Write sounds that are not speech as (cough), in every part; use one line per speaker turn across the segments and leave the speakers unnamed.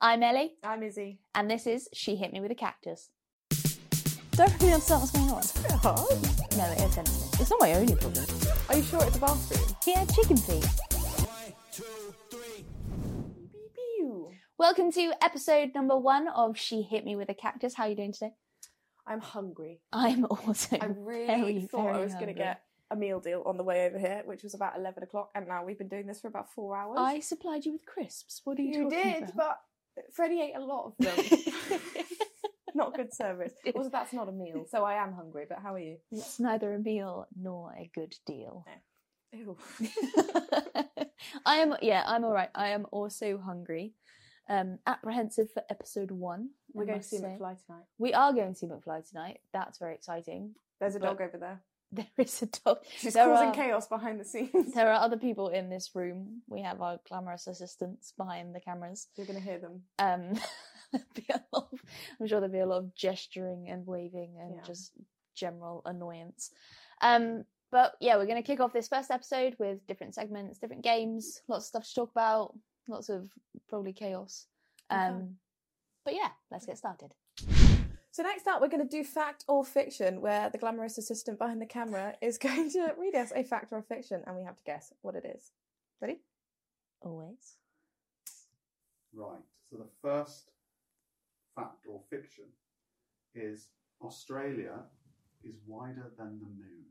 I'm Ellie,
I'm Izzy.
and this is She Hit Me With a Cactus. Don't really understand what's going on.
Pretty hard.
No, it offends me. It's not my only problem.
Are you sure it's a bathroom?
He had chicken feet. Welcome to episode number one of She Hit Me With a Cactus. How are you doing today?
I'm hungry.
I'm also.
I really
very,
thought I
very
was going to
hungry.
get a meal deal on the way over here, which was about 11 o'clock, and now we've been doing this for about four hours.
I supplied you with crisps. What are you,
you
talking
did,
about?
but Freddie ate a lot of them. (laughs) not
(laughs)
good service.
It is.
Also, that's not a meal, so I am hungry, but how are you?
(laughs) it's neither a meal nor a good deal.
Ew.
(laughs) I am yeah, I'm all right. I am also hungry. Um, apprehensive for episode one. I
We're going to
must
see
say.
McFly tonight.
We are going to see McFly tonight. That's very exciting. (laughs)
There's a
But-
dog over there.
There is a dog.
She's
there
causing
are-
chaos behind the scenes.
There are other people in this room. We have our glamorous assistants behind the cameras.
You're going to hear them.
Um, (laughs) there'll be a lot of- I'm sure there'll be a lot of gesturing and waving and
Yeah.
just general annoyance. Um, but yeah, we're going to kick off this first episode with different segments, different games, lots of stuff to talk about, lots of probably chaos.
Okay.
Um, but yeah, let's get started.
So next up, we're going to do fact or fiction, where the glamorous assistant behind the camera is (laughs) going to read us a fact or a fiction, and we have to guess what it is. Ready?
Always.
Right. So the first fact or fiction is Australia is wider than the moon.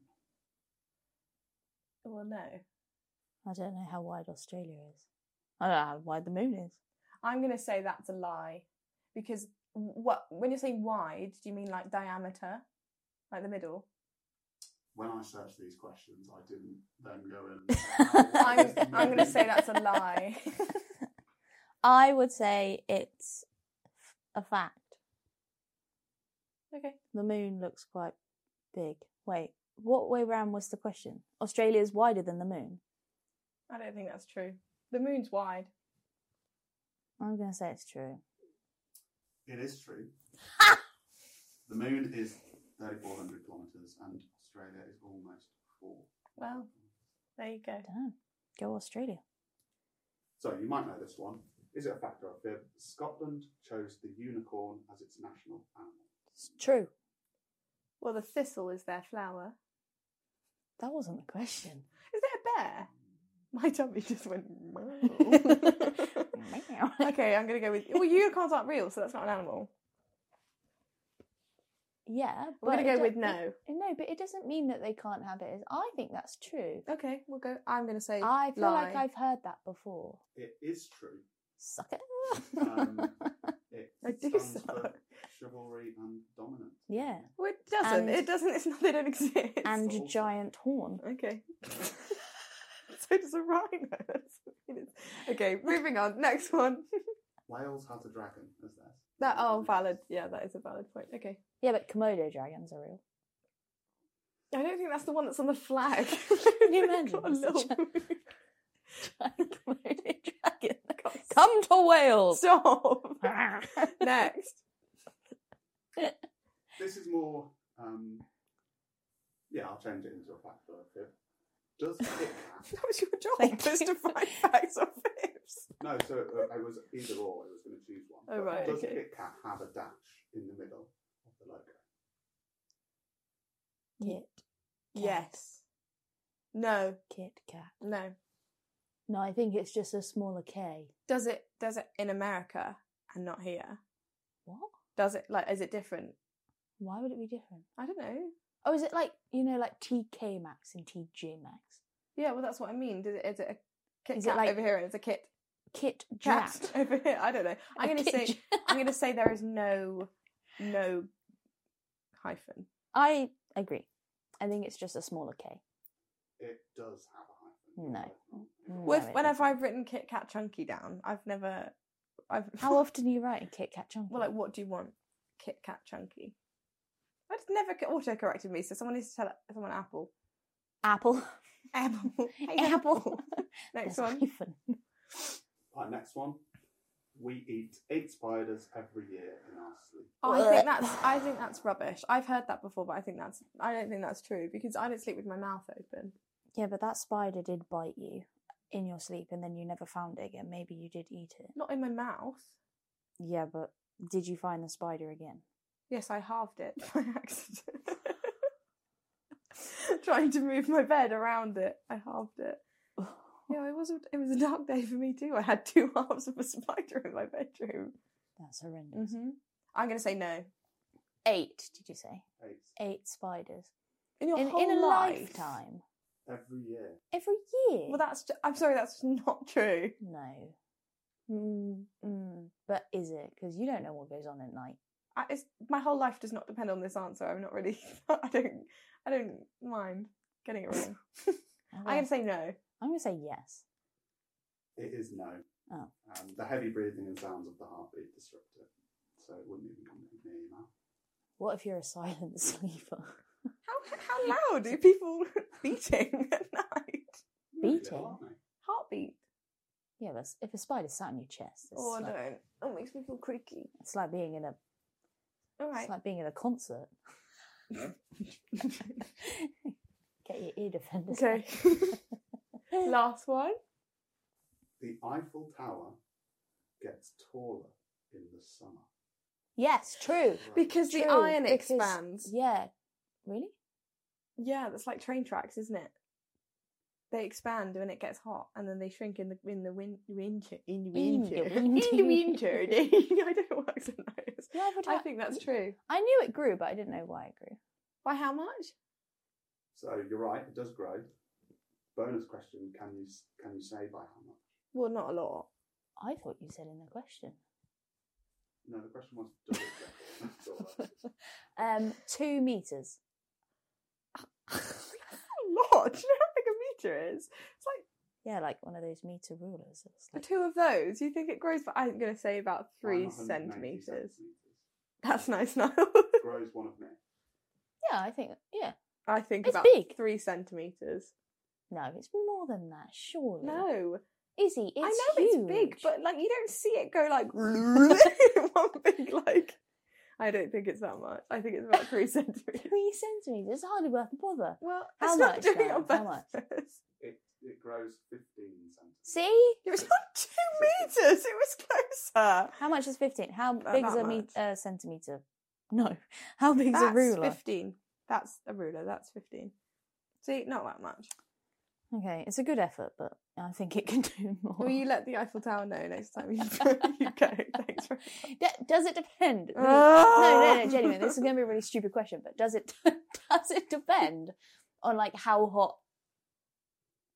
Well, no.
I don't know how wide Australia is. I don't know how wide the moon is.
I'm going to say that's a lie, because what when you say wide, do you mean like diameter, like the middle?
When I searched these questions, I didn't then go
(laughs)
I'm
in.
I'm going to say that's a lie. (laughs)
I would say it's a fact.
okay.
The moon looks quite big. Wait, what way round was the question? Australia is wider than the moon.
I don't think that's true. The moon's wide.
I'm going to say it's true.
It is true. the moon is 3,400 kilometres and Australia is almost four.
Well. There you go.
Damn. Go Australia.
So you might know this one. Is it a fact or a fib? Scotland chose the unicorn as its national animal.
It's true.
Well, the thistle is their flower.
That wasn't the question.
Is there a bear? My tummy just went. (laughs) "Meow."
Meow. (laughs)
okay, I'm gonna go with. Well, unicorns aren't real, so that's not an animal.
yeah.
We're
but
gonna
it
go with
don't-
no.
it- no, but it doesn't mean that they can't have it. I think that's true.
Okay, we'll go. I'm gonna say.
I feel like
lie.
I've heard that before.
It is true.
Suck it.
(laughs)
Um, It
I do
stands for
suck.
chivalry and dominance.
(laughs) Yeah.
Well, it doesn't.
And-
it doesn't. It's not. They don't exist.
and
awful.
giant horn.
okay. (laughs) so does a rhino. (laughs) That's what it is. okay, moving on. Next (laughs) one.
Wales has a dragon as theirs.
That oh, valid. Yeah, that is a valid point. Okay.
Yeah, but Komodo dragons are real. (laughs)
I don't think that's the one that's on the flag. (laughs)
Can you imagine?
Got a
That's a
little- (laughs)
Giant Komodo dragon. Come to
(laughs)
Wales. (laughs)
Stop. Next.
This is more. Um, yeah, I'll change it into a fact or a fib. Does Kit Kat?
(laughs) That was your job.
Thank
was
you.
to find facts (laughs) or fibs.
No, so uh, it was either or. I was going to choose one.
Oh,
But
right,
Does
okay.
Kit Kat have a dash in the middle of the logo?
Kit.
Yes. No.
Kit Kat.
No.
No, I think it's just a smaller K.
Does it? Does it in America and not here?
What?
Does it like? Is it different?
Why would it be different?
I don't know.
Oh, is it like you know, like TK Max and TJ Max?
Yeah. Well, that's what I mean. Does it? Is it a Kit
Is it
Kat
like
over here and it's a Kit
Kit Kat.
Kat (laughs)
(laughs)
over here? I don't know. I'm
A
gonna
Kit
say.
(laughs) J-
I'm gonna say there is no, no hyphen.
I agree. I think it's just a smaller K.
It does have a hyphen.
No.
Mm,
Well,
No,
Well,
it
if- whenever I've written Kit Kat Chunky down, I've never. I've (laughs)
How often are you writing Kit Kat Chunky?
Well, like, what do you want? Kit Kat Chunky. I just never auto corrected me, so someone needs to tell someone apple.
Apple.
(laughs) Apple. (laughs) Hey,
(laughs) Apple.
Next
There's a
one.
hyphen.
Right, next one. We eat eight spiders every year in our sleep.
Oh, I
uh,
think that's
(sighs)
I think that's rubbish. I've heard that before, but I think that's I don't think that's true because I don't sleep with my mouth open.
Yeah, but that spider did bite you in your sleep, and then you never found it again. Maybe you did eat it.
Not in my mouth.
Yeah, but did you find the spider
(laughs)
again?
Yes, I halved it (laughs) by accident. (laughs) Trying to move my bed around it, I halved it. Yeah, it was. It was a dark day for me too. I had two (laughs) halves of a spider in my bedroom.
That's horrendous.
hmm I'm gonna say no.
Eight, did you say?
Eight
Eight spiders.
In your
in,
whole
in a
life.
lifetime.
every year.
Every year.
Well, that's. Ju- I'm sorry, that's not true.
No. Mm, mm, but is it? Because you don't know what goes on at night.
I, it's, my whole life does not depend on this answer. I'm not really. (laughs) I don't. I don't mind getting it (laughs) wrong. I'm
I'm,
gonna say no.
I'm going to say yes.
It is no.
Oh.
Um, the heavy breathing and sounds of the heartbeat disrupt it, so it wouldn't even come near your mouth.
What if you're a (laughs) silent sleeper?
How (laughs) how loud are people beating (laughs) at night?
Really,
Beating.
aren't they?
Heartbeat.
yeah, that's if a spider sat on your chest. It's,
Oh, I
like,
don't. That makes me feel creaky.
it's like being in a
All right.
it's like being in a concert. (laughs) Get your ear defenders.
Okay. (laughs) Last one.
The Eiffel Tower gets taller in the summer.
Yes, true.
Because the
True,
iron
because-
expands.
Yeah. Really?
Yeah, that's like train tracks, isn't it? They expand when it gets hot, and then they shrink in the in the win- winter. In the
In
winter.
the
(laughs) In the
winter.
winter. I don't know what accent that is.
Yeah, but
I think that's true.
I knew it grew, but I didn't know why it grew.
By how much?
So you're right, it does grow. Bonus question: Can you s- can you say by how much?
Well, not
(laughs)
a lot.
I thought you said in the question.
No, the question was does it get (laughs) taller?
(laughs) Um, two meters.
that's a lot. Do you know how big a meter is? It's like
Yeah, like one of those meter rulers. It's
the (laughs)
like,
two of those. You think it grows? But I'm going to say about (laughs) three
I'm 190
centimeters.
centimetres.
That's nice, Niall. (laughs)
Grows one of me.
yeah, I think. Yeah,
I think
It's
about
big.
three centimeters.
no, it's more than that, surely.
No,
Izzy, Oh. it's
I know
huge.
it's big, but like you don't see it go
(laughs)
like (laughs) in one big like. I don't think it's that much. I think it's
(laughs)
about three centimeters.
three centimeters. It's hardly worth the bother.
Well,
How
it's not
much,
doing it
Niall?
on
How much?
purpose.
It it grows fifteen centimeters.
See,
It was not two meters. It was closer.
how much is fifteen? How
About
big is
that
a me-
Oh, much.
uh, centimeter? No, (laughs) how big is a
That's
ruler?
fifteen. That's a ruler. That's fifteen. See, not that much.
Okay, it's a good effort, but I think it can (laughs) do more.
Will you let the Eiffel Tower know next time (laughs) you, you go? Thanks. (laughs) For...
D- does it depend?
Oh, Ah!
No, no, no, genuinely, this is going to be a really stupid question, but does it (laughs) does it depend on like how hot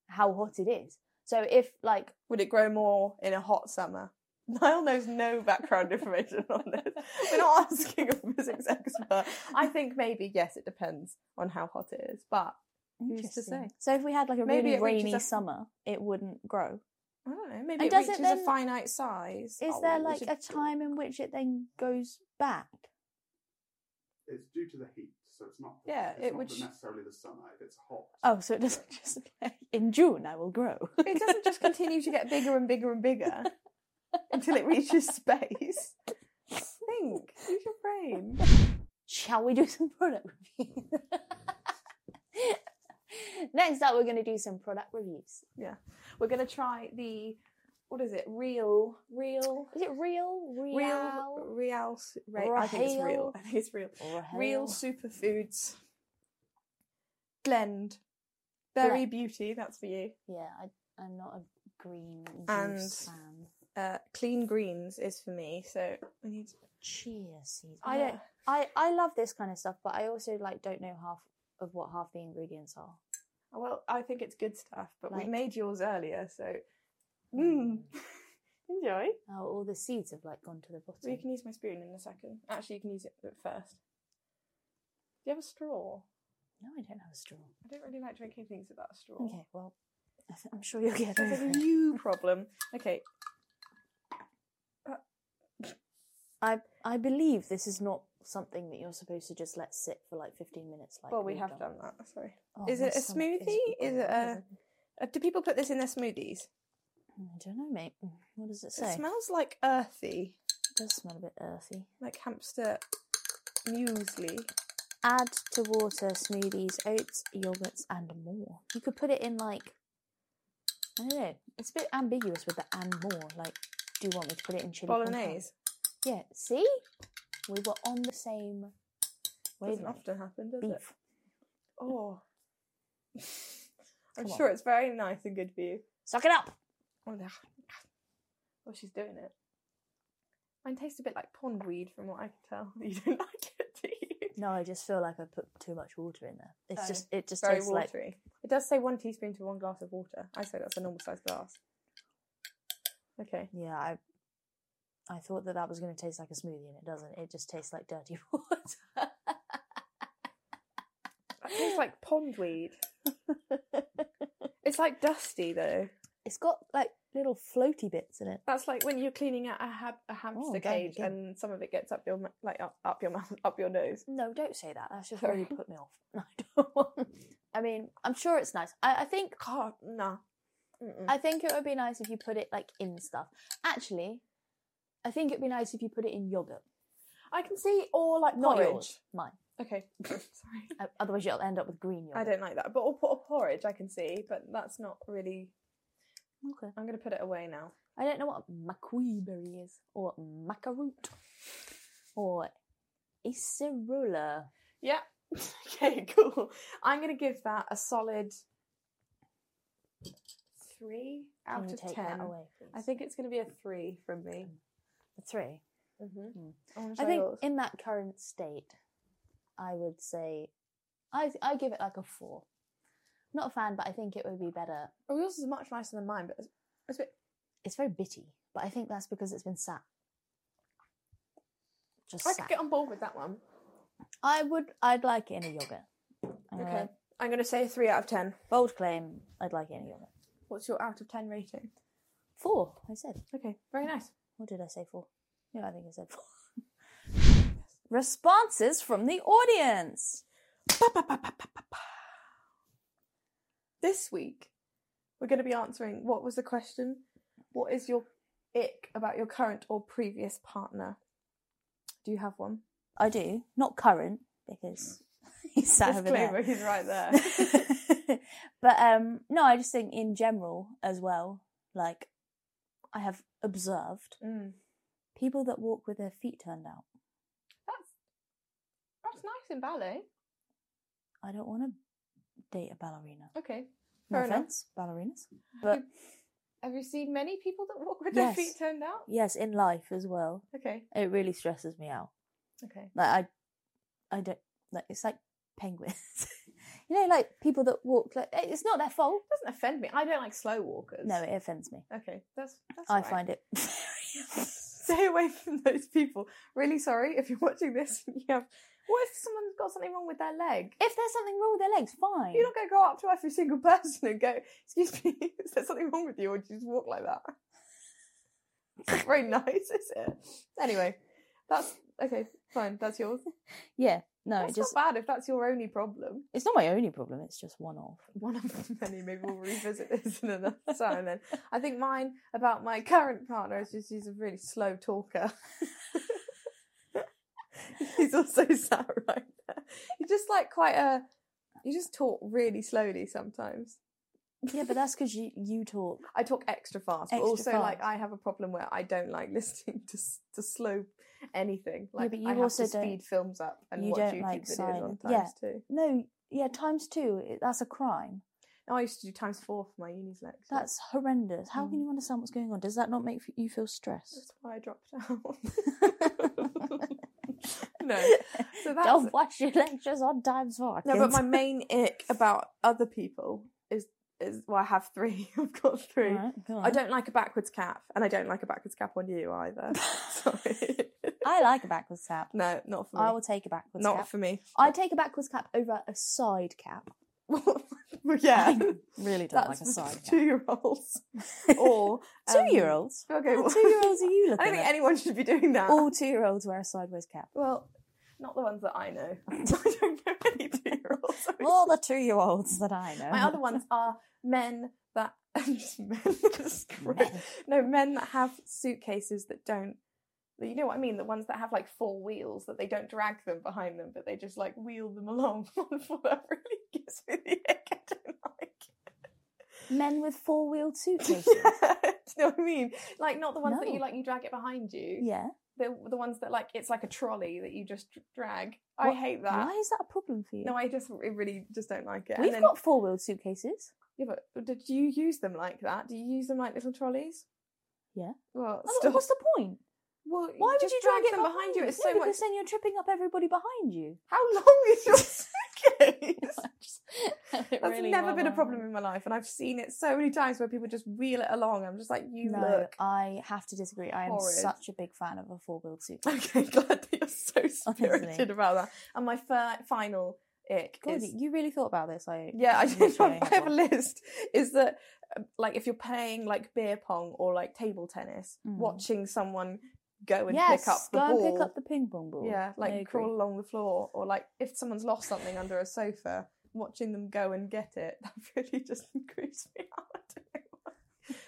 how hot it is? So if like
(laughs) Would it grow more in a hot summer? (laughs) Niall knows no background (laughs) information on this. We're (laughs) not asking a physics expert. I think maybe yes, it depends on how hot it is, but Who's to
Interesting.
say?
So if we had like a
Maybe
really
it reaches
rainy
up-
summer, it wouldn't grow.
I don't know. Maybe
And
it
does it
reaches a
then-
finite size.
Is
Oh,
there
well,
like
(laughs)
it's
a
a-
time in which it then goes back?
It's due to the heat, so it's not.
Yeah,
it's
it
not
would
the-
sh-
necessarily the summer. If it's hot.
Oh, so it doesn't (laughs) just like, in June I will grow.
It doesn't just continue to get bigger and bigger and (laughs) bigger until it (laughs) reaches space. Think, use your (laughs) brain.
(laughs) Shall we do some product reviews? (laughs) Next up, we're going to do some product reviews.
We're gonna try the what is it? Real, real,
Is it real? Real?
real, real. Ra- I think it's real. I think it's real. Real superfoods. Blend. Berry Beauty, that's for you.
Yeah, I, I'm not a green
And-
juice fan.
Uh, clean Greens is for me, so we need.
Chia seeds. I don't. I, I love this kind of stuff, but I also like don't know half of what half the ingredients are.
Well, I think it's good stuff, but
Like-
we made yours earlier, so. Mm. (laughs) Enjoy.
Oh, all the seeds have like gone to the bottom.
So you can use my spoon in a second. Actually, you can use it at first. Do you have a straw?
No, I don't have a straw.
I don't really like drinking things without a straw.
Okay, (laughs) well, I th- I'm sure you'll get
Sounds
over
like a (laughs)
it.
you problem. Okay.
I I believe this is not something that you're supposed to just let sit for like 15 minutes. (laughs) Like
well, we
we've
have done that. Sorry.
Oh,
Is
my
it a
stomach
smoothie? Is it a-
growling.
Uh, do people put this in their smoothies?
I don't know, mate. What does it say?
It smells like earthy,
It does smell a bit earthy.
like hamster muesli.
Add to water smoothies, oats, yogurts, and more. You could put it in like I don't know. It's a bit ambiguous with the and more. Like, do you want me to put it in chili? con carne?
Bolognese.
Yeah, see? We were on the same
Doesn't
wavelength.
often happen, does it?
Beef.
Oh. (laughs) I'm
Come
sure it's very nice and good for you.
Suck it up!
Oh, no. Well, she's doing it. Mine tastes a bit like pond weed from what I can tell. (laughs) You don't like it, do you?
No, I just feel like I put too much water in there. It's
Oh,
just it just
Very
tastes
watery.
like
It does say one teaspoon to one glass of water. I say that's a normal sized glass. Okay.
yeah. I I thought that that was going to taste like a smoothie, and it doesn't. It just tastes like dirty (laughs) water.
It tastes like pond weed. It's like dusty though.
it's got like little floaty bits in it.
That's like when you're cleaning out a, ha- a hamster
damn,
cage
yeah.
and some of it gets up your m- like up, up your (laughs) mouth up your nose.
No, don't say that. That's just really put me off. (laughs) No, I don't want. I mean, I'm sure it's nice. I, I think
God, nah. Mm-mm.
I think it would be nice if you put it like in stuff. Actually, I think it'd be nice if you put it in yogurt.
I can see or like
Not
porridge.
yours, mine.
Okay, (laughs) sorry.
Uh, Otherwise, you'll end up with green yogurt.
I don't like that, but or, or porridge I can see, but that's not really.
Okay.
I'm gonna put it away now.
I don't know what macqueeberry is, or macaroot, or acerola.
Yeah. (laughs) okay, cool. I'm gonna give that a solid three
Can
out
you
of
take
ten.
that away, please?
I think it's gonna be a three from me.
A three.
Mm-hmm.
Mm. I think in that current state, I would say, I I give it like a four. Not a fan, but I think it would be better.
oh, yours is much nicer than mine, but it's, it's a bit.
It's very bitty, but I think that's because it's been sat. Just
I
sat.
could get on board with that one.
I would. I'd like it in a yogurt. Uh,
Okay, I'm gonna say a three out of ten.
Bold claim. I'd like it in a yogurt.
What's your out of ten rating?
Four. I said.
Okay, very nice.
What did I say for? No, I think I said four. (laughs) Responses from the audience.
This week, we're going to be answering what was the question? What is your ick about your current or previous partner? Do you have one?
I do, not current, because (laughs) he's sat over
Disclaimer,
there.
he's right
(laughs)
there.
but um no, I just think in general as well, like I have observed
Mm.
people that walk with their feet turned out.
That's that's nice in ballet.
I don't want to date a ballerina.
Okay.
No
Fair enough.
offense, ballerinas. But
Have you seen many people that walk with
Yes.
their feet turned out?
yes, in life as well,
Okay.
it really stresses me out.
Okay.
Like I, I don't like. It's like penguins. (laughs) you know, like people that walk. Like it- it's not their fault.
doesn't offend me. I don't like slow walkers.
No, it offends me.
Okay. That's that's
I
all right.
find it. (laughs) very- (laughs)
Stay away from those people. Really sorry if you're watching this and you have what if someone's got something wrong with their leg?
if there's something wrong with their legs, fine.
You're not going to go up to every single person and go, "Excuse me, (laughs) is there something wrong with you?" Or do you just walk like that. It's not very nice, is it? Anyway, that's okay. Fine, that's yours.
yeah, no,
That's
it just
not bad if that's your only problem.
it's not my only problem. It's just one off.
One of (laughs) many. Maybe we'll revisit this in another time. Then I think mine about my current partner is just he's a really slow talker. (laughs) he's also sat right there. He's just like quite a. You just talk really slowly sometimes.
Yeah, but that's because you you talk.
I talk extra fast, but
Extra
also like
fast.
I have a problem where I don't like (laughs) listening to s- to slow anything.
Yeah,
Like
but you
I have
also
to
don't-
speed films up and
you
watch
don't
YouTube
like
videos on
silent-
times
yeah.
too.
No, yeah, times two. It, that's a crime.
No, I used to do times four for my uni's lecture.
That's horrendous. How
Mm.
can you understand what's going on? Does that not make f- you feel stressed? (laughs)
that's why I dropped out. (laughs) no, so that's
Don't watch your lectures on times four.
no. But
kids.
my main ick about other people is is well, I have three. (laughs) I've got three.
Alright, go
I
on.
don't like a backwards cap, and I don't like a backwards cap on you either. (laughs) Sorry. (laughs)
I like a backwards cap.
no, not for me.
I will take a backwards
not
cap.
for me. (laughs)
I take a backwards cap over a side cap.
well, yeah,
Really don't
that's
like a side
(laughs)
cap. (laughs)
two-year-olds or um, (laughs)
Two-year-olds.
Okay, well,
What two-year-olds are you
I
looking
don't think
at?
anyone should be doing that.
All two-year-olds wear a sideways cap.
well, not the ones that I know. (laughs) I don't know
(laughs)
any two-year-olds. I'm
All the two-year-olds that I know.
My
(laughs)
other ones are men that (laughs) just men.
(laughs)
That's great.
Men.
No, men that have suitcases that don't. that- You know what I mean? The ones that have like four wheels that they don't drag them behind them, but they just like wheel them (laughs) along on foot. That really gives me the ick. I don't like. (laughs)
Men with four-wheeled suitcases.
it. you know what I mean? Like not the ones that
No.
you like you drag it behind you.
Yeah.
The the ones that like it's like a trolley that you just dr- drag. I
What-
hate (laughs) that.
Why is that a problem for you?
No, I just I really just don't like it.
We've
and then,
got four wheeled suitcases.
yeah, but did you use them like that? Do you use them like little trolleys?
Yeah.
Well,
Oh,
still,
What's the point?
well,
Why would
just
you drag, it
them behind, you? It's
no,
so much.
because then you're tripping up everybody behind you.
How long
(laughs)
is your suitcase?
That's
(laughs) That's never been a problem in my life, and I've seen it so many times where people just wheel it along. I'm just like, you
No,
look.
I have to disagree. I am
horrid.
such a big fan of a four wheeled suitcase.
(laughs) Okay, glad that you're so spirited
Honestly.
about that. And my fir- final ick
God,
is
you really thought about this. I
yeah, I
literally
did.
only
I
had
have a
one.
list. Is that um, like if you're playing like beer pong or like table tennis,
Mm.
watching someone go and
yes,
pick up the
go
ball?
and pick up the ping pong ball.
yeah, like
I agree.
crawl along the floor, or like if someone's lost something under a sofa, watching them go and get it. (laughs) That really just creeps me out. I don't know why.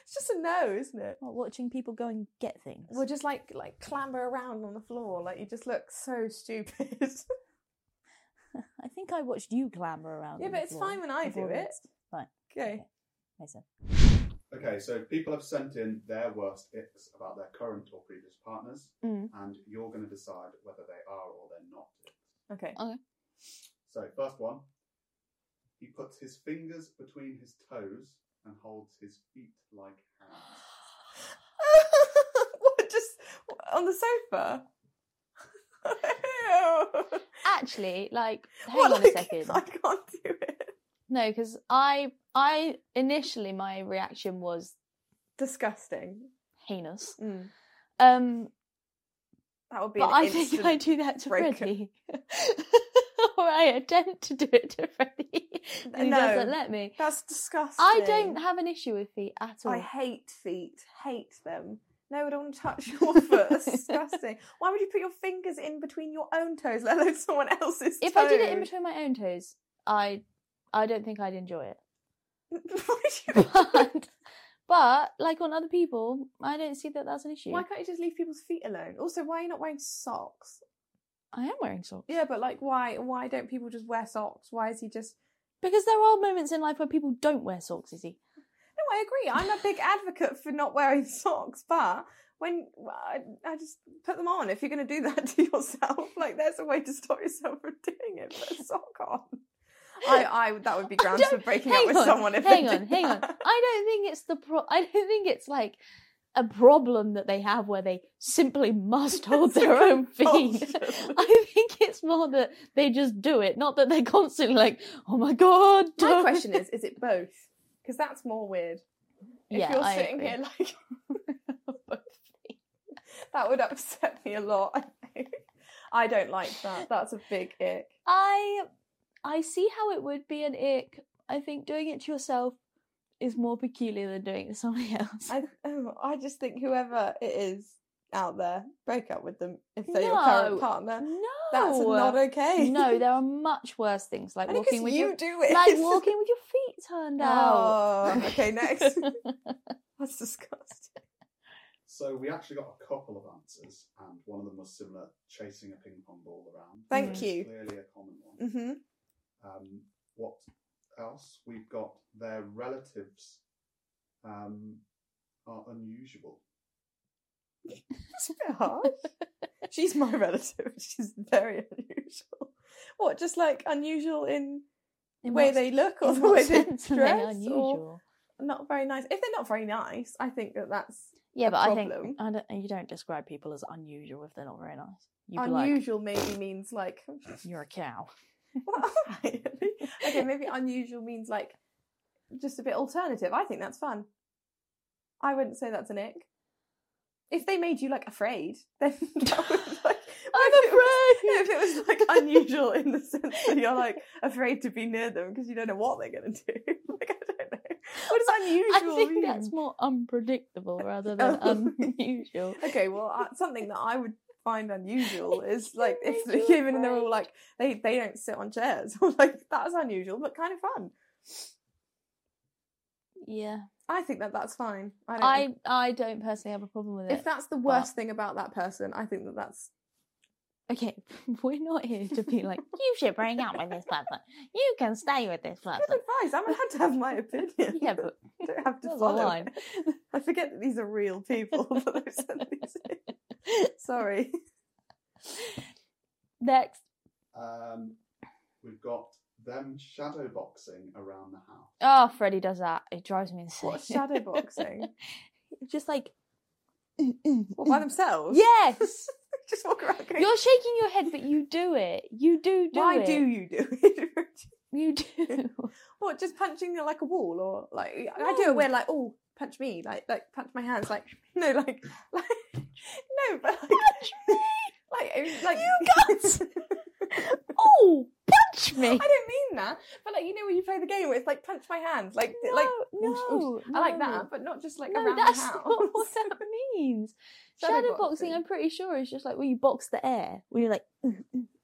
It's just a no, isn't it?
What, watching people go and get things.
We'll just like like clamber around on the floor, like you just look so stupid.
(laughs)
(laughs)
I think I watched you clamber around.
yeah,
on
but
the
it's
floor
fine when I do
before
it.
this. Fine.
Okay.
Makes sense.
Okay, so people have sent in their worst icks about their current or previous partners,
Mm.
and you're going to decide whether they are or they're not.
Okay.
(laughs)
(laughs)
So, first one he puts his fingers between his toes and holds his feet like hands.
what? Just on the sofa? (laughs) Ew.
Actually,
(laughs)
like, hang
What,
on
(laughs) like,
a second.
I can't do it.
No, because I, I initially my reaction was
Disgusting. Mm,
heinous. Um,
That would be.
but
an
I
instant...
think I do that to
breaker.
Freddie, (laughs) or I attempt to do it to Freddie, and he
No.
doesn't let me.
(laughs) That's disgusting.
I don't have an issue with feet at all.
I hate feet. Hate them. No, I don't want
(laughs)
to touch your foot. That's disgusting. Why would you put your fingers in between your own toes, (laughs) let alone someone else's?
if I did it in
toes?
between my own toes, I, I don't think I'd enjoy
(laughs)
it.
Why
(laughs)
would you-
But, but like on other people, I don't see that that's an issue.
why can't you just leave people's feet alone? Also, why are you not wearing socks?
I am wearing socks
Yeah, but like, why? Why don't people just wear socks? Why is he just?
because there are moments in life where people don't wear socks. Is he?
No, I agree. I'm a big advocate for not wearing (laughs) socks, but when I, I just put them on, if you're going to do that (laughs) to yourself, like there's a way to stop yourself from doing it. Put a sock on. I, I that would (laughs) be
I
grounds for
don't-
breaking
hang
up with
on,
someone. If
hang
they
on,
did
hang on.
that.
I don't think it's the pro. I don't think it's like a problem that they have where they simply
(laughs)
must hold
It's a
their own feet. (laughs)
compulsion.
I think it's more that they just do it, not that they're constantly like, "Oh my god."
My (laughs)
don't."
question is: Is it both? Because that's more weird. If
Yeah,
you're
I
sitting
agree.
here like (laughs) that would upset me a lot. I think. I don't like that. That's a big ick.
I I see how it would be an ick. I think doing it to yourself is more peculiar than doing it to somebody (laughs) else.
I oh, I just think whoever it is out there, break up with them if they're your
No.
current partner.
no,
That's not okay. (laughs)
no. There are much worse things like
Only 'cause
walking with
you
your
do
(laughs)
it. (laughs)
like walking with your feet turned out.
Oh,
(laughs)
okay, next. That's disgusting.
So, we actually got a couple of answers, and one of them was similar chasing a ping pong ball around.
Thank
Mm.
which is
you.
Clearly a common one.
hmm
Um, what else? We've got their relatives um, are unusual.
That's a bit harsh. She's my relative. (laughs) She's very unusual. What, just like unusual in
(laughs)
the
In
way
what-
they look or
in
the
what
way they
sense
dress?
are they
Or
unusual?
not very nice. If they're not very nice, I think that that's
Yeah, but I
problem.
think I don't, you don't describe people as unusual if they're not very nice. You'd be
unusual. maybe means like (laughs)
(laughs) like, you're a cow. (laughs)
Well, alright. okay, maybe unusual means like just a bit alternative. I think that's fun. I wouldn't say that's an ick. If they made you like afraid, (laughs) then that would
(laughs)
like.
I'm
if it was- (laughs) if it was like unusual in the sense that you're like afraid to be near them because you don't know what they're going to do. (laughs) Like I don't know. What does
I
unusual
think
mean?
that's more unpredictable rather than
(laughs) Oh.
unusual.
Okay, well, uh, something that I would find unusual is like if (laughs)
Unusual,
even they're all
right.
like they they don't sit on chairs (laughs) or like that's unusual but kind of fun.
Yeah,
I think that that's fine. I don't.
I I don't personally have a problem with it.
if that's the worst thing about that person, I think that that's
okay, (laughs) we're not here to be like, you should break up with this person. You can stay with
(laughs)
this
Good
person.
advice. I'm allowed to have my opinion.
(laughs) Yeah, but
(laughs) I don't have to
That's a
follow.
line.
it. I forget that these are real people (laughs) that I've sent these
(laughs)
to. Sorry.
next.
Um, we've got them shadow boxing around the house.
Oh, Freddie does that. It drives me insane.
What (laughs)
(laughs)
shadow boxing?
Just like. (laughs)
What by themselves?
Yes!
(laughs) Just walk around going,
You're shaking your head, but you do it. You do do
Why
it.
do you do it? (laughs)
you do?
What, just punching like a wall or like I do it where like, oh, punch me, like like punch my hands, like (laughs) no, like like no, but like (laughs) like, it- like (laughs)
You guys- (laughs) oh, punch
I
me!
don't mean that, but like you know when you play the game where it's like punch my hand, like like
no,
oosh, oosh.
no,
I like
no.
that, but not just like
no,
around
that's
the house. (laughs)
not what that means.
Shadow
Shadow boxing,
boxing.
I'm pretty sure, is just like when you box the air, when you're like,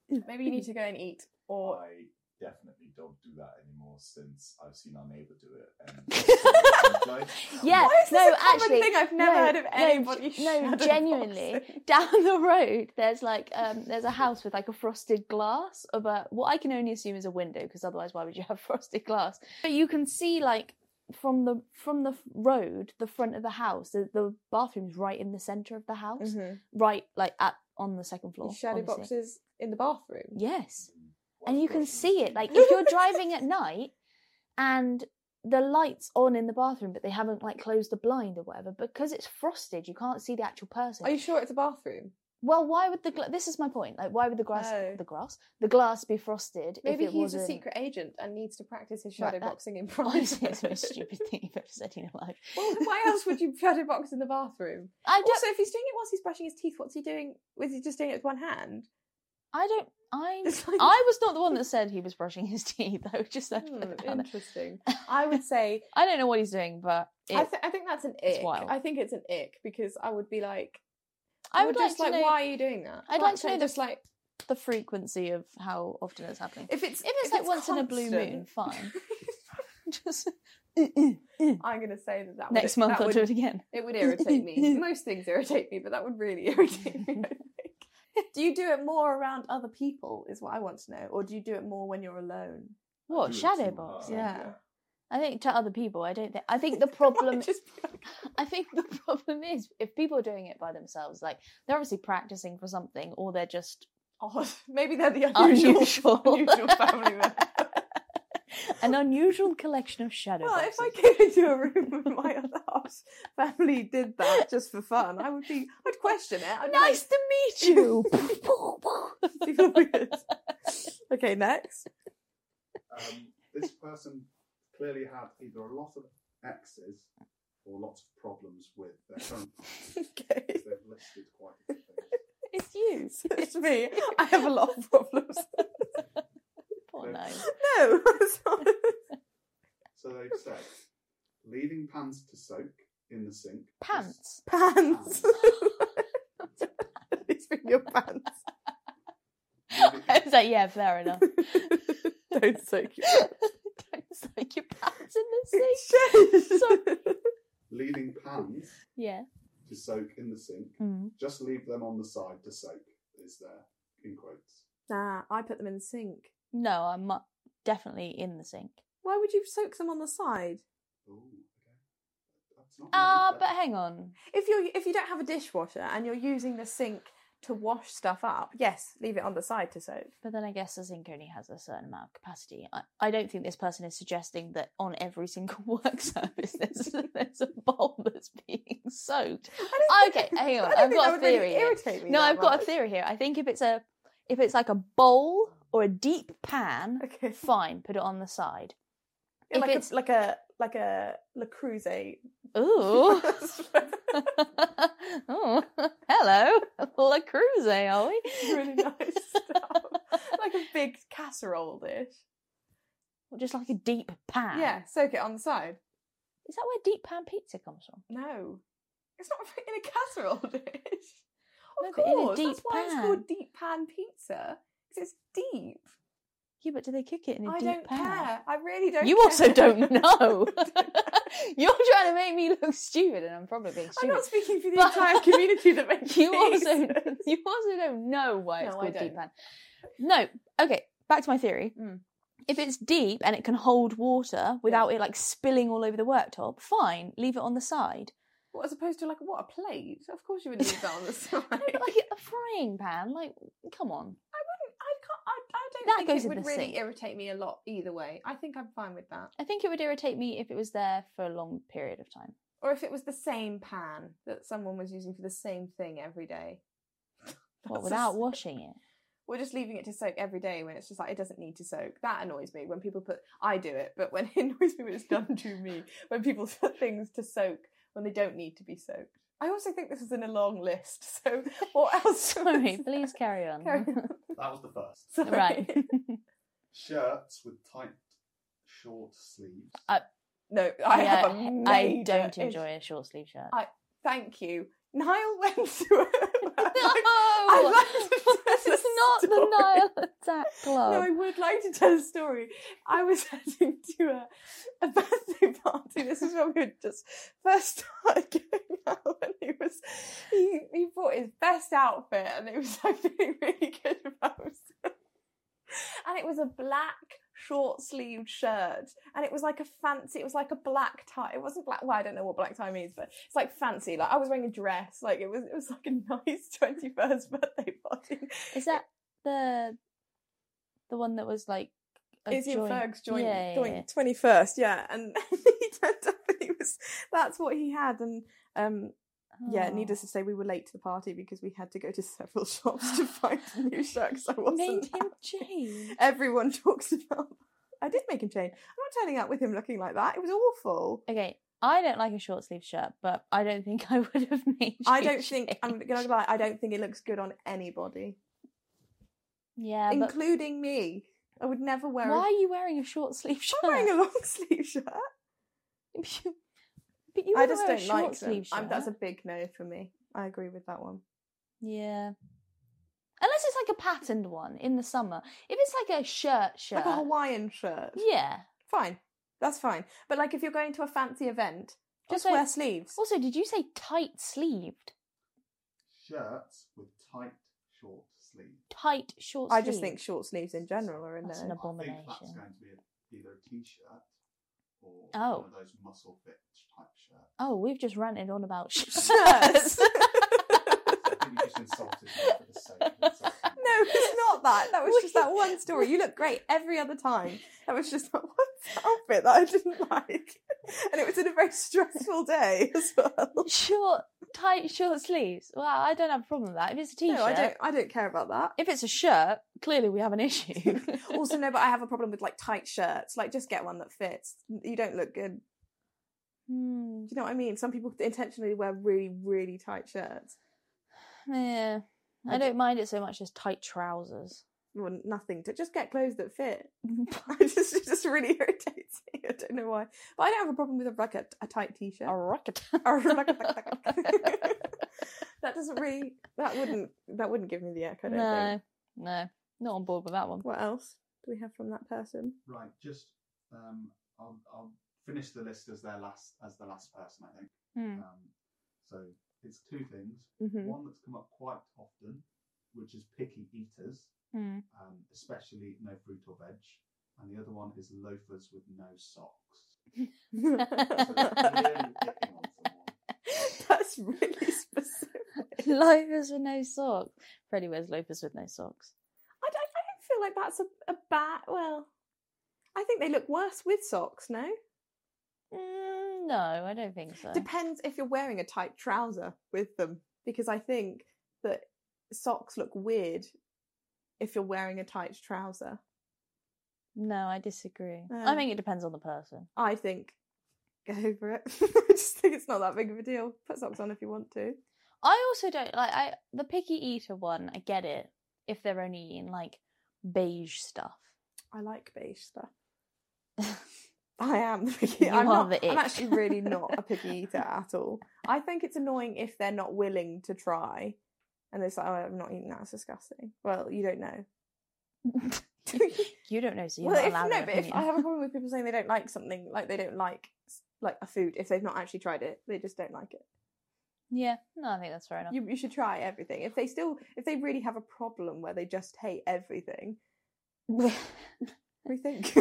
Maybe you need to go and eat or
I definitely don't do that anymore since I've seen our neighbour do it. And it's (laughs)
(laughs)
like,
Yeah,
Why is (laughs) this
no,
a common
actually,
thing I've never
no,
heard of
no,
anybody.
no,
shadow
genuinely. (laughs)
boxing?
down the road there's like um there's a house with like a frosted glass of a what i can only assume is a window because otherwise why would you have (laughs) frosted glass but you can see like from the from the road the front of the house the, the bathroom's right in the center of the house right like at on the second floor
Mm-hmm. Shadow
obviously.
boxes in the bathroom.
yes
why
and you can
brush
see it
teeth?
like if you're
(laughs)
driving at night and the lights on in the bathroom but they haven't like closed the blind or whatever because it's frosted you can't see the actual person
Are you sure it's a bathroom?
well why would the gla- this is my point like why would the grass
Oh.
the grass the glass be frosted
Maybe
if it
he's
wasn't
a
(laughs)
secret agent and needs to practice his
Right,
shadow
that- (laughs)
boxing in private.
honestly it's the most stupid thing you've ever said in your life
(laughs) Well, why else would you shadow box in the bathroom?
i don't
Also, if he's doing it whilst he's brushing his teeth, what's he doing? Was he just doing it with one hand? (laughs)
i don't i
It's like,
i was not the one that said he was brushing his (laughs) teeth i was just
Hmm,
I
interesting.
(laughs)
I would say
i don't know what he's doing but it,
I, th- I think that's an
It's
ick.
wild.
I think it's an ick because I would be like,
i would
just
like to know
why are you doing that?
I'd
Why
like to
can't
know
you
the-
just like
the frequency of how often it's happening
if it's
If it's like once in a blue moon,
(laughs)
fine. (laughs) just uh,
I'm gonna say that, that would-
next month
that
I'll
would,
do it again.
it would irritate (laughs) me. Most things irritate me, but that would really (laughs) irritate me. I think. Do you do it more around other people? Is what I want to know, or do you do it more when you're alone?
I
What
do it
shadow
to
box?
her,
Yeah.
I think to other people, I don't think. I
(laughs)
think the problem.
Just be like,
I think the (laughs) problem is if people are doing it by themselves, like they're obviously practicing for something, or they're
(laughs)
just
odd. Maybe they're
(laughs)
the unusual,
unusual,
unusual
(laughs)
family member.
an unusual collection of shadow
Well, if
boxes.
I came into a room with my other half's family did that just for fun, I would be. I'd question it. I'd be like, (laughs)
Nice to meet you.
People weird. okay, next.
Um, this person clearly had either a lot of exes or lots of problems with their
(laughs)
current partner.
(laughs) Okay.
They've listed quite a few things.
it's you.
So (laughs) it's me. I have a lot of problems.
(laughs) Poor no.
(laughs) No, that's (laughs) not.
So they've said leaving pans to soak in the sink.
Pants.
Pants.
Oh.
(laughs) it's been your pants.
Just
(laughs)
leaving-
I was like, yeah, fair enough.
(laughs)
(laughs)
Don't soak your pants.
Don't soak your pants in the sink.
It's
leaving pans
Yeah. Mm.
to soak in the sink. Just leave them on the side to soak. Is there in quotes?
(laughs) Nah, I put them in the sink.
No, I'm mu- definitely in the sink.
Why would you soak them on the side?
Ooh, okay. That's not.
Ah,
right,
but hang on.
If you if you don't have a dishwasher and you're using the sink to wash stuff up, yes, leave it on the side to soak.
But then I guess the sink only has a certain amount of capacity. I, I don't think this person is suggesting that on every single (laughs) work surface there's, (laughs) there's a bowl that's being soaked.
I don't think-
Okay, hang on,
(laughs) I don't
I've
think
got
that
a
would really
theory here.
irritate me
No,
that
I've got a
much.
theory here. I think if it's a if it's like a bowl or a deep pan,
Okay. (laughs)
fine, put it on the side.
Yeah,
If
like
it's-
a, like a like a Le Creuset. (laughs)
Ooh. (laughs) oh, hello, La Cruse, are we? (laughs)
really nice (laughs) stuff. (laughs) Like a big casserole dish.
Just like a deep pan.
Yeah, soak it on the side.
Is that where deep pan pizza comes from?
No, it's not (laughs) in a casserole (laughs) dish.
No,
Of
but in a
course,
deep
that's why it's
pan.
called deep pan pizza. 'cause it's deep.
Yeah, but do they cook it in a
I
deep
don't
pan?
care. I really don't.
You
care.
also
(laughs)
don't know. (laughs) You're trying to make me look stupid, and I'm probably being
I'm
stupid. (laughs)
not speaking for the
But-
entire
(laughs)
community that makes
You also-
(laughs) faces.
You also don't know why it's
No, I
called deep
don't.
pan. No. Okay. Back to my theory.
Mm.
If it's deep and it can hold water without it like spilling all over the worktop, fine. Leave it on the
(laughs)
side.
Well, as opposed to like what a plate. Of course, you would leave that
(laughs)
on the side. I
But,
wouldn't.
like a frying pan. Like, come on.
I can't. I, I don't
That
think
goes
it
in
would
the
really
sink.
irritate me a lot either way. I think I'm fine with that.
I think it would irritate me if it was there for a long period of time.
Or if it was the same pan that someone was using for the same thing every day. (laughs)
Well,
That's a
without
s-
washing
(laughs)
it.
We're just leaving it to soak every day when it's just like it doesn't need to soak. That annoys me when people put. I do it, but when (laughs) it annoys me when it's done to me when people (laughs) put things to soak when they don't need to be soaked. I also think this is in a long list. (laughs) So what
(laughs)
else? (laughs)
Sorry.
was-
Please carry on.
Carry
(laughs)
on.
That was the first.
Sorry.
Right.
Shirts with tight, short sleeves.
(laughs)
Uh,
No, I
Yeah,
have a
I
major
don't
issue.
enjoy a short sleeve shirt.
I- Thank you. Niall (laughs) went to a.
(laughs) no,
(laughs) I'd like to
(laughs) this
tell
is
a (laughs)
not
story.
the Nile Attack Club.
(laughs) No, I would like to tell a story. I was (laughs) heading to a, a birthday party. This is when we had just first started going (laughs) out, and he was he, he bought his best outfit, and it was like (laughs) feeling really good about himself. (laughs) And it was a black short sleeved shirt, and it was like a fancy. It was like a black tie. It wasn't black. Well, I don't know what black tie means, but it's like fancy. Like I was wearing a dress. Like it was it was like a (laughs) nice twenty first birthday party.
Is that the the one that was like a
Izzy and
joint-
Ferg's joint,
Yeah, yeah, yeah.
joint 21st, yeah. And (laughs) he turned up and he was, that's what he had. And um, yeah,
Oh.
needless to say, we were late to the party because we had to go to several (laughs) shops to find a
(laughs)
new shirt 'cause I wasn't.
made him change.
(laughs) Everyone talks about I did make him change. I'm not turning up with him looking like that. It
(laughs)
was awful.
Okay, I don't like a short sleeve shirt, but I don't think I would have (laughs) made.
I
you
don't think, I'm
change.
going to lie, I don't think it looks good on anybody,
Yeah, but
including me. I would never wear
why
a.
are you wearing a short sleeve shirt?
I'm (laughs) wearing a long (laughs) sleeve shirt.
(laughs) but you
I
wouldn't
just
wear a
don't
short
like them.
sleeve
Um,
shirt.
that's a big no for me. I agree with that one.
Yeah. Unless it's like a patterned one in the summer. If it's like a shirt shirt.
Like a Hawaiian shirt.
yeah.
Fine. That's fine. But like if you're going to a fancy event, just
Also-
wear sleeves.
Also, did you say tight sleeved?
Shirts with tight, short sleeves.
Tight short
I
sleeve.
just think short sleeves in general are a
That's
(laughs) no.
an abomination.
I think that's going to be a, either a t-shirt or
Oh.
one of those muscle fit type shirts.
Oh, we've just ranted on
(laughs)
about shirts.
Shirts.
I think you just insulted me for the sake of insulting me.
(laughs)
No, it's not that. That was just
We-
that one story. You look great every other time. That was just that one (laughs) outfit that I didn't like. (laughs) And it was in a very stressful day (laughs) as well.
(laughs) short, tight short sleeves. Wow, I don't have a problem with that. If it's a t-shirt,
No, I don't I don't care
(laughs)
about that.
if it's a shirt, clearly we have an issue.
(laughs)
(laughs)
also no but i have a problem with like tight shirts like just get one that fits you don't look good do
Hmm,
you know what i mean some people intentionally wear really really tight shirts
yeah, I
I
don't mind it so much as tight trousers.
well nothing to just get clothes that (laughs) fit I just, it just really (laughs) irritates me i don't know why but i don't have a problem with a like a, a tight t-shirt (laughs)
A rocket. (laughs)
that doesn't really that wouldn't that wouldn't give me the ick i don't think
No, no, not on board with that one.
what else do we have from that person
Right, just um, I'll, I'll finish the list as their last as the last person, I think.
Hmm.
Um, so it's two things.
mm-hmm.
One that's come up quite often, which is picky eaters,
(laughs)
Hmm.
um, especially no fruit or veg, and the other one is loafers with no socks. So it's really picking on someone.
(laughs) that's really specific
loafers with no socks. Freddie wears loafers with no socks.
I don't, I don't feel like that's a, a bad. Well, I think they look worse with socks. No,
Mm, no, I don't think so.
depends if you're wearing a tight trouser with them, because I think that socks look weird if you're wearing a tight trouser.
no, I disagree. I
Um,
think it depends on the person.
I think (laughs) go over it. (laughs) I just think it's not that big of a deal. Put socks on if you want to.
I also don't like I the picky eater one. I get it if they're only eating like beige
(laughs)
stuff. (laughs)
I like beige stuff. I am the picky.
You
I'm
are
not,
the
I'm
ick.
actually really not a picky eater at all. I think it's annoying if they're not willing to try, and it's like, oh, I'm not eating that. It's disgusting. Well, you don't know.
You don't know, so you're
well,
not
if,
allowed
no,
an
but if
opinion.
I have a problem with people saying they don't like something, like they don't like s- like a food if they've not actually tried it, they just don't like it.
(laughs) Yeah, no, I think that's fair enough.
You, you should try everything. If they still, if they really have a problem where they just hate everything, (laughs) rethink.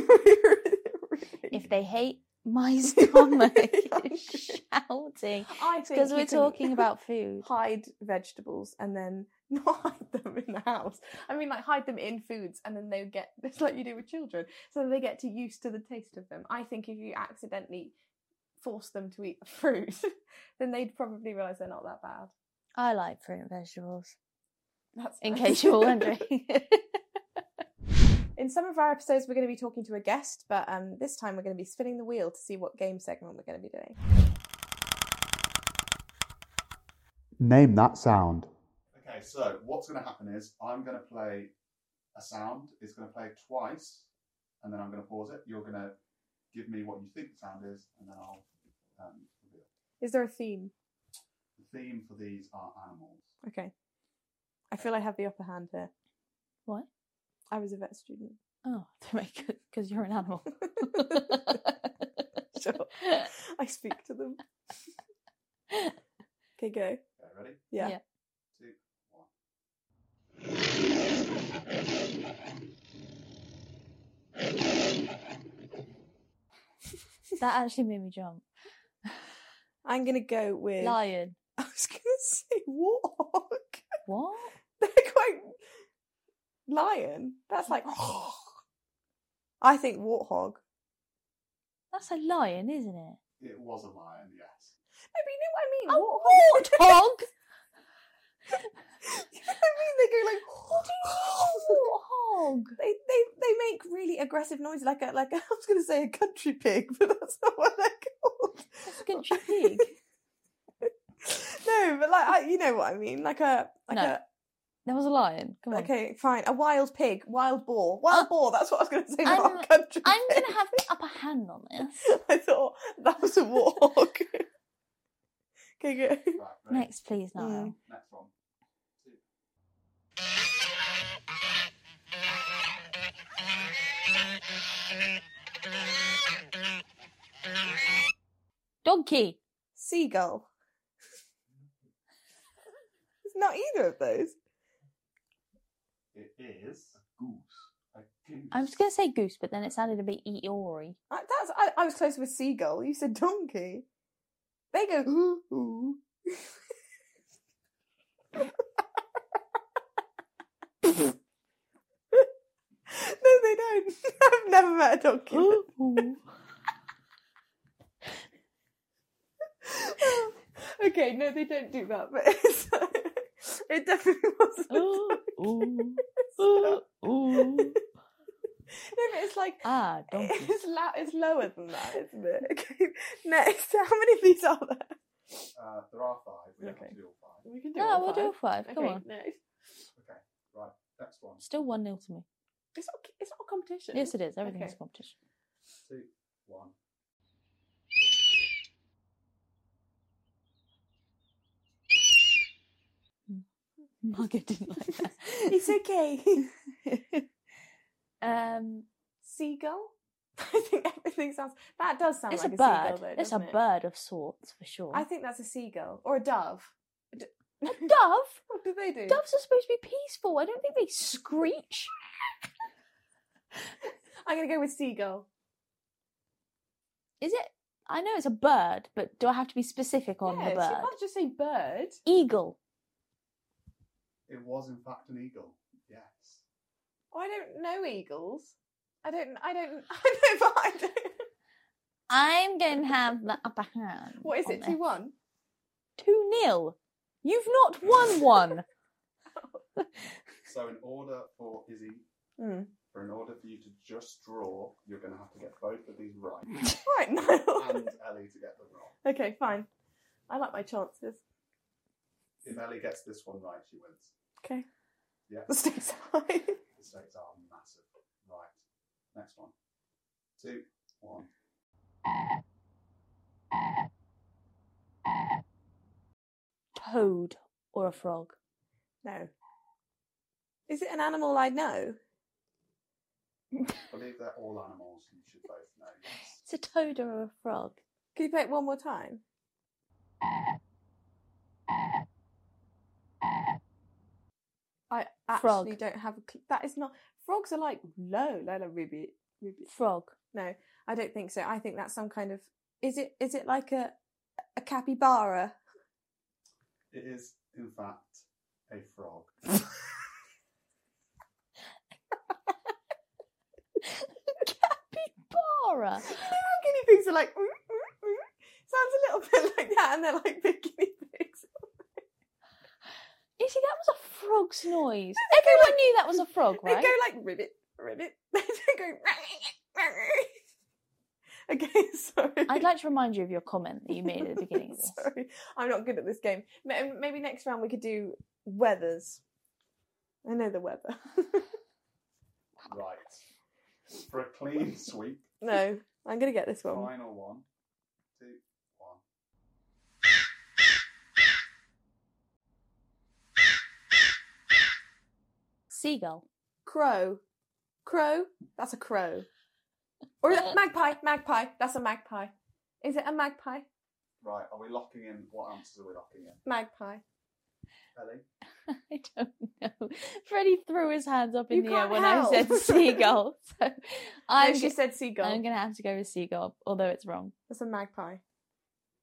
if they hate
(laughs)
my stomach
I'm
is
(laughs)
shouting
I think
because
you
we're
can
talking about food.
hide vegetables and then (laughs) not hide them in the house. I mean, like hide them in foods and then they get (laughs) it's like you do with children, so they get to used to the taste of them. I think if you accidentally force them to eat fruit, (laughs) then they'd probably realise they're not that bad.
I like fruit and vegetables.
That's (laughs)
In
nice.
case you were wondering. (laughs)
In some of our episodes, we're going to be talking to a guest, but um, this time we're going to be spinning the wheel to see what game segment we're going to be doing.
Name that sound.
Okay, so
What's going to happen is I'm going to play a sound. It's going to play twice, and then I'm going to pause it. You're going to give me what you think the sound is, and then I'll um, reveal.
Is there a theme?
The theme for these are animals.
Okay. I feel I have the upper hand here.
What?
I was a
(laughs)
vet student.
Oh, because you're an
(laughs)
animal. (laughs)
Sure. I speak to
(laughs)
them. Okay, go.
Okay, ready?
Yeah.
Yeah.
Two, one.
That actually made me jump.
I'm gonna go with.
Lion.
(laughs) I was gonna say walk. (laughs)
What?
They're quite lion. That's like. (gasps) I think warthog.
That's a lion, isn't it? Oh,
It was a lion, yes.
I mean, you know what I mean.
A
warthog. (laughs)
Hog.
I mean, they go like. (gasps) (laughs)
Hog.
They, they they make really aggressive noises like a (laughs) like a, I was gonna say a country pig, but (laughs) that's not what they're called. (laughs)
That's a country pig.
no, but like I, you know what I mean, like a like
No.
a
That was a lion. Come on.
Okay, fine. A wild pig, wild boar, wild
Uh,
boar. That's what I was going to say.
I'm-
Not a country.
I'm
pig. (laughs)
gonna have the upper hand on this.
I thought that was a walk. (laughs) okay, go.
Right, ready?
Next, please,
Mm.
Niall.
Next one. Two.
Donkey.
Seagull. it's not either of those.
It is a goose. A goose.
I was gonna say goose, but then it sounded a bit eory.
I, that's I, I was close with seagull. You said donkey. They go. Ooh, ooh. (laughs) no, they don't. (laughs) I've never met a donkey. (laughs) okay, no, they don't do that, but it's, (laughs) it definitely wasn't.
(laughs)
a donkey. no, but it's like
Ah, donkey.
it's, la- it's lower than that, isn't it? (laughs) Okay, next, how many of these are there?
Uh, there are five. We don't
Okay.
have to do all five.
We can
No, we'll do a five. Come on.
Okay, right. Next one.
Still one nil to me.
It's not, it's not a competition.
Yes, it is. Everything's
Okay.
a competition. (laughs)
Two, one.
Margaret didn't like that.
(laughs) It's okay.
um,
seagull? (laughs) I think everything sounds. That does sound
it's a
like a,
bird.
seagull, though.
it's a
doesn't it?
bird of sorts for sure.
I think that's a seagull or a dove. D-
Dove.
(laughs) what do they do?
Doves are supposed to be peaceful. I don't think they screech.
I'm gonna go with seagull.
Is it? I know it's a bird, but do I have to be specific on
Yes,
the
you
bird?
can't just say bird.
Eagle.
It was, in fact, an eagle. Yes.
Oh, I don't know eagles. I don't. I don't. (laughs) I know, but I don't.
I'm going to have the upper hand.
What is it?
on
Two
this.
one.
Two nil. You've not won one.
So, in order for Izzy,
Mm.
for in order for you to just draw, you're going to have to get both of these right,
Right, no.
and Ellie to get them wrong.
(laughs) okay, fine. I like my chances. (laughs)
If Ellie gets this one right, she wins.
Okay.
Yeah.
The stakes are high.
The stakes are massive. Right. Next one. Two, one.
Toad or a frog?
No. Is it an animal I know?
I believe they're all animals. You should both know. Yes.
It's a toad or a frog.
Could you play it one more time? I actually
Frog.
don't have a clue. That is not. Frogs are like low, low, low, ruby, ruby.
Frog.
No, I don't think so. I think that's some kind of. Is it? Is it like a a capybara?
It is, in fact, a frog.
Capybara.
(laughs) You know how guinea pigs are like. "Mm, mm, mm?" Sounds a little (laughs) bit like that, and they're like big guinea pigs. (laughs)
You see, that was a frog's
(laughs)
noise.
They go
Everyone
like-
knew that was a frog,
They
right?
go like ribbit, ribbit. (laughs) they go. (laughs) okay, sorry.
I'd like to remind you of your comment that you made at the
(laughs)
beginning of this.
Sorry, I'm not good at this game. Ma- Maybe next round we could do weathers. I know the weather. (laughs)
Right. For a clean sweep,
no, I'm gonna get this one.
final one, two, one.
Seagull. (laughs)
Crow, crow. That's a crow. Or is
Uh,
it magpie? Magpie. That's a magpie. Is it a magpie?
Right. Are we locking in? What answers are we locking in?
Magpie.
Ellie.
I don't know. Freddie threw his hands up in
You
the air
can't
when
help. (laughs)
I said seagull. So
i
I'm,
she
go-
said seagull.
I'm going to have to go with seagull, although it's wrong.
That's a magpie.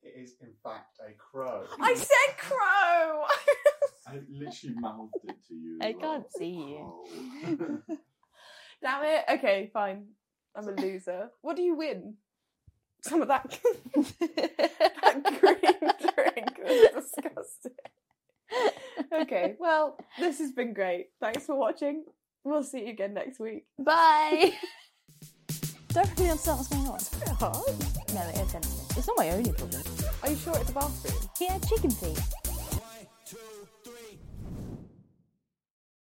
It is, in fact, a crow.
I said crow. (laughs)
I literally mouthed it to you.
I
as well.
can't see you.
Oh.
Damn it. Okay, fine. I'm a loser. What do you win? Some of that, (laughs) that
(laughs)
green drink. That's disgusting.
(laughs)
Okay, well, this has been great. Thanks for watching. We'll see you again next week.
Bye. (laughs) don't really understand what's going on.
Are
Oh. (laughs)
No, it is sensitive. It's not my only problem.
you sure it's a bathroom?
He had chicken feet.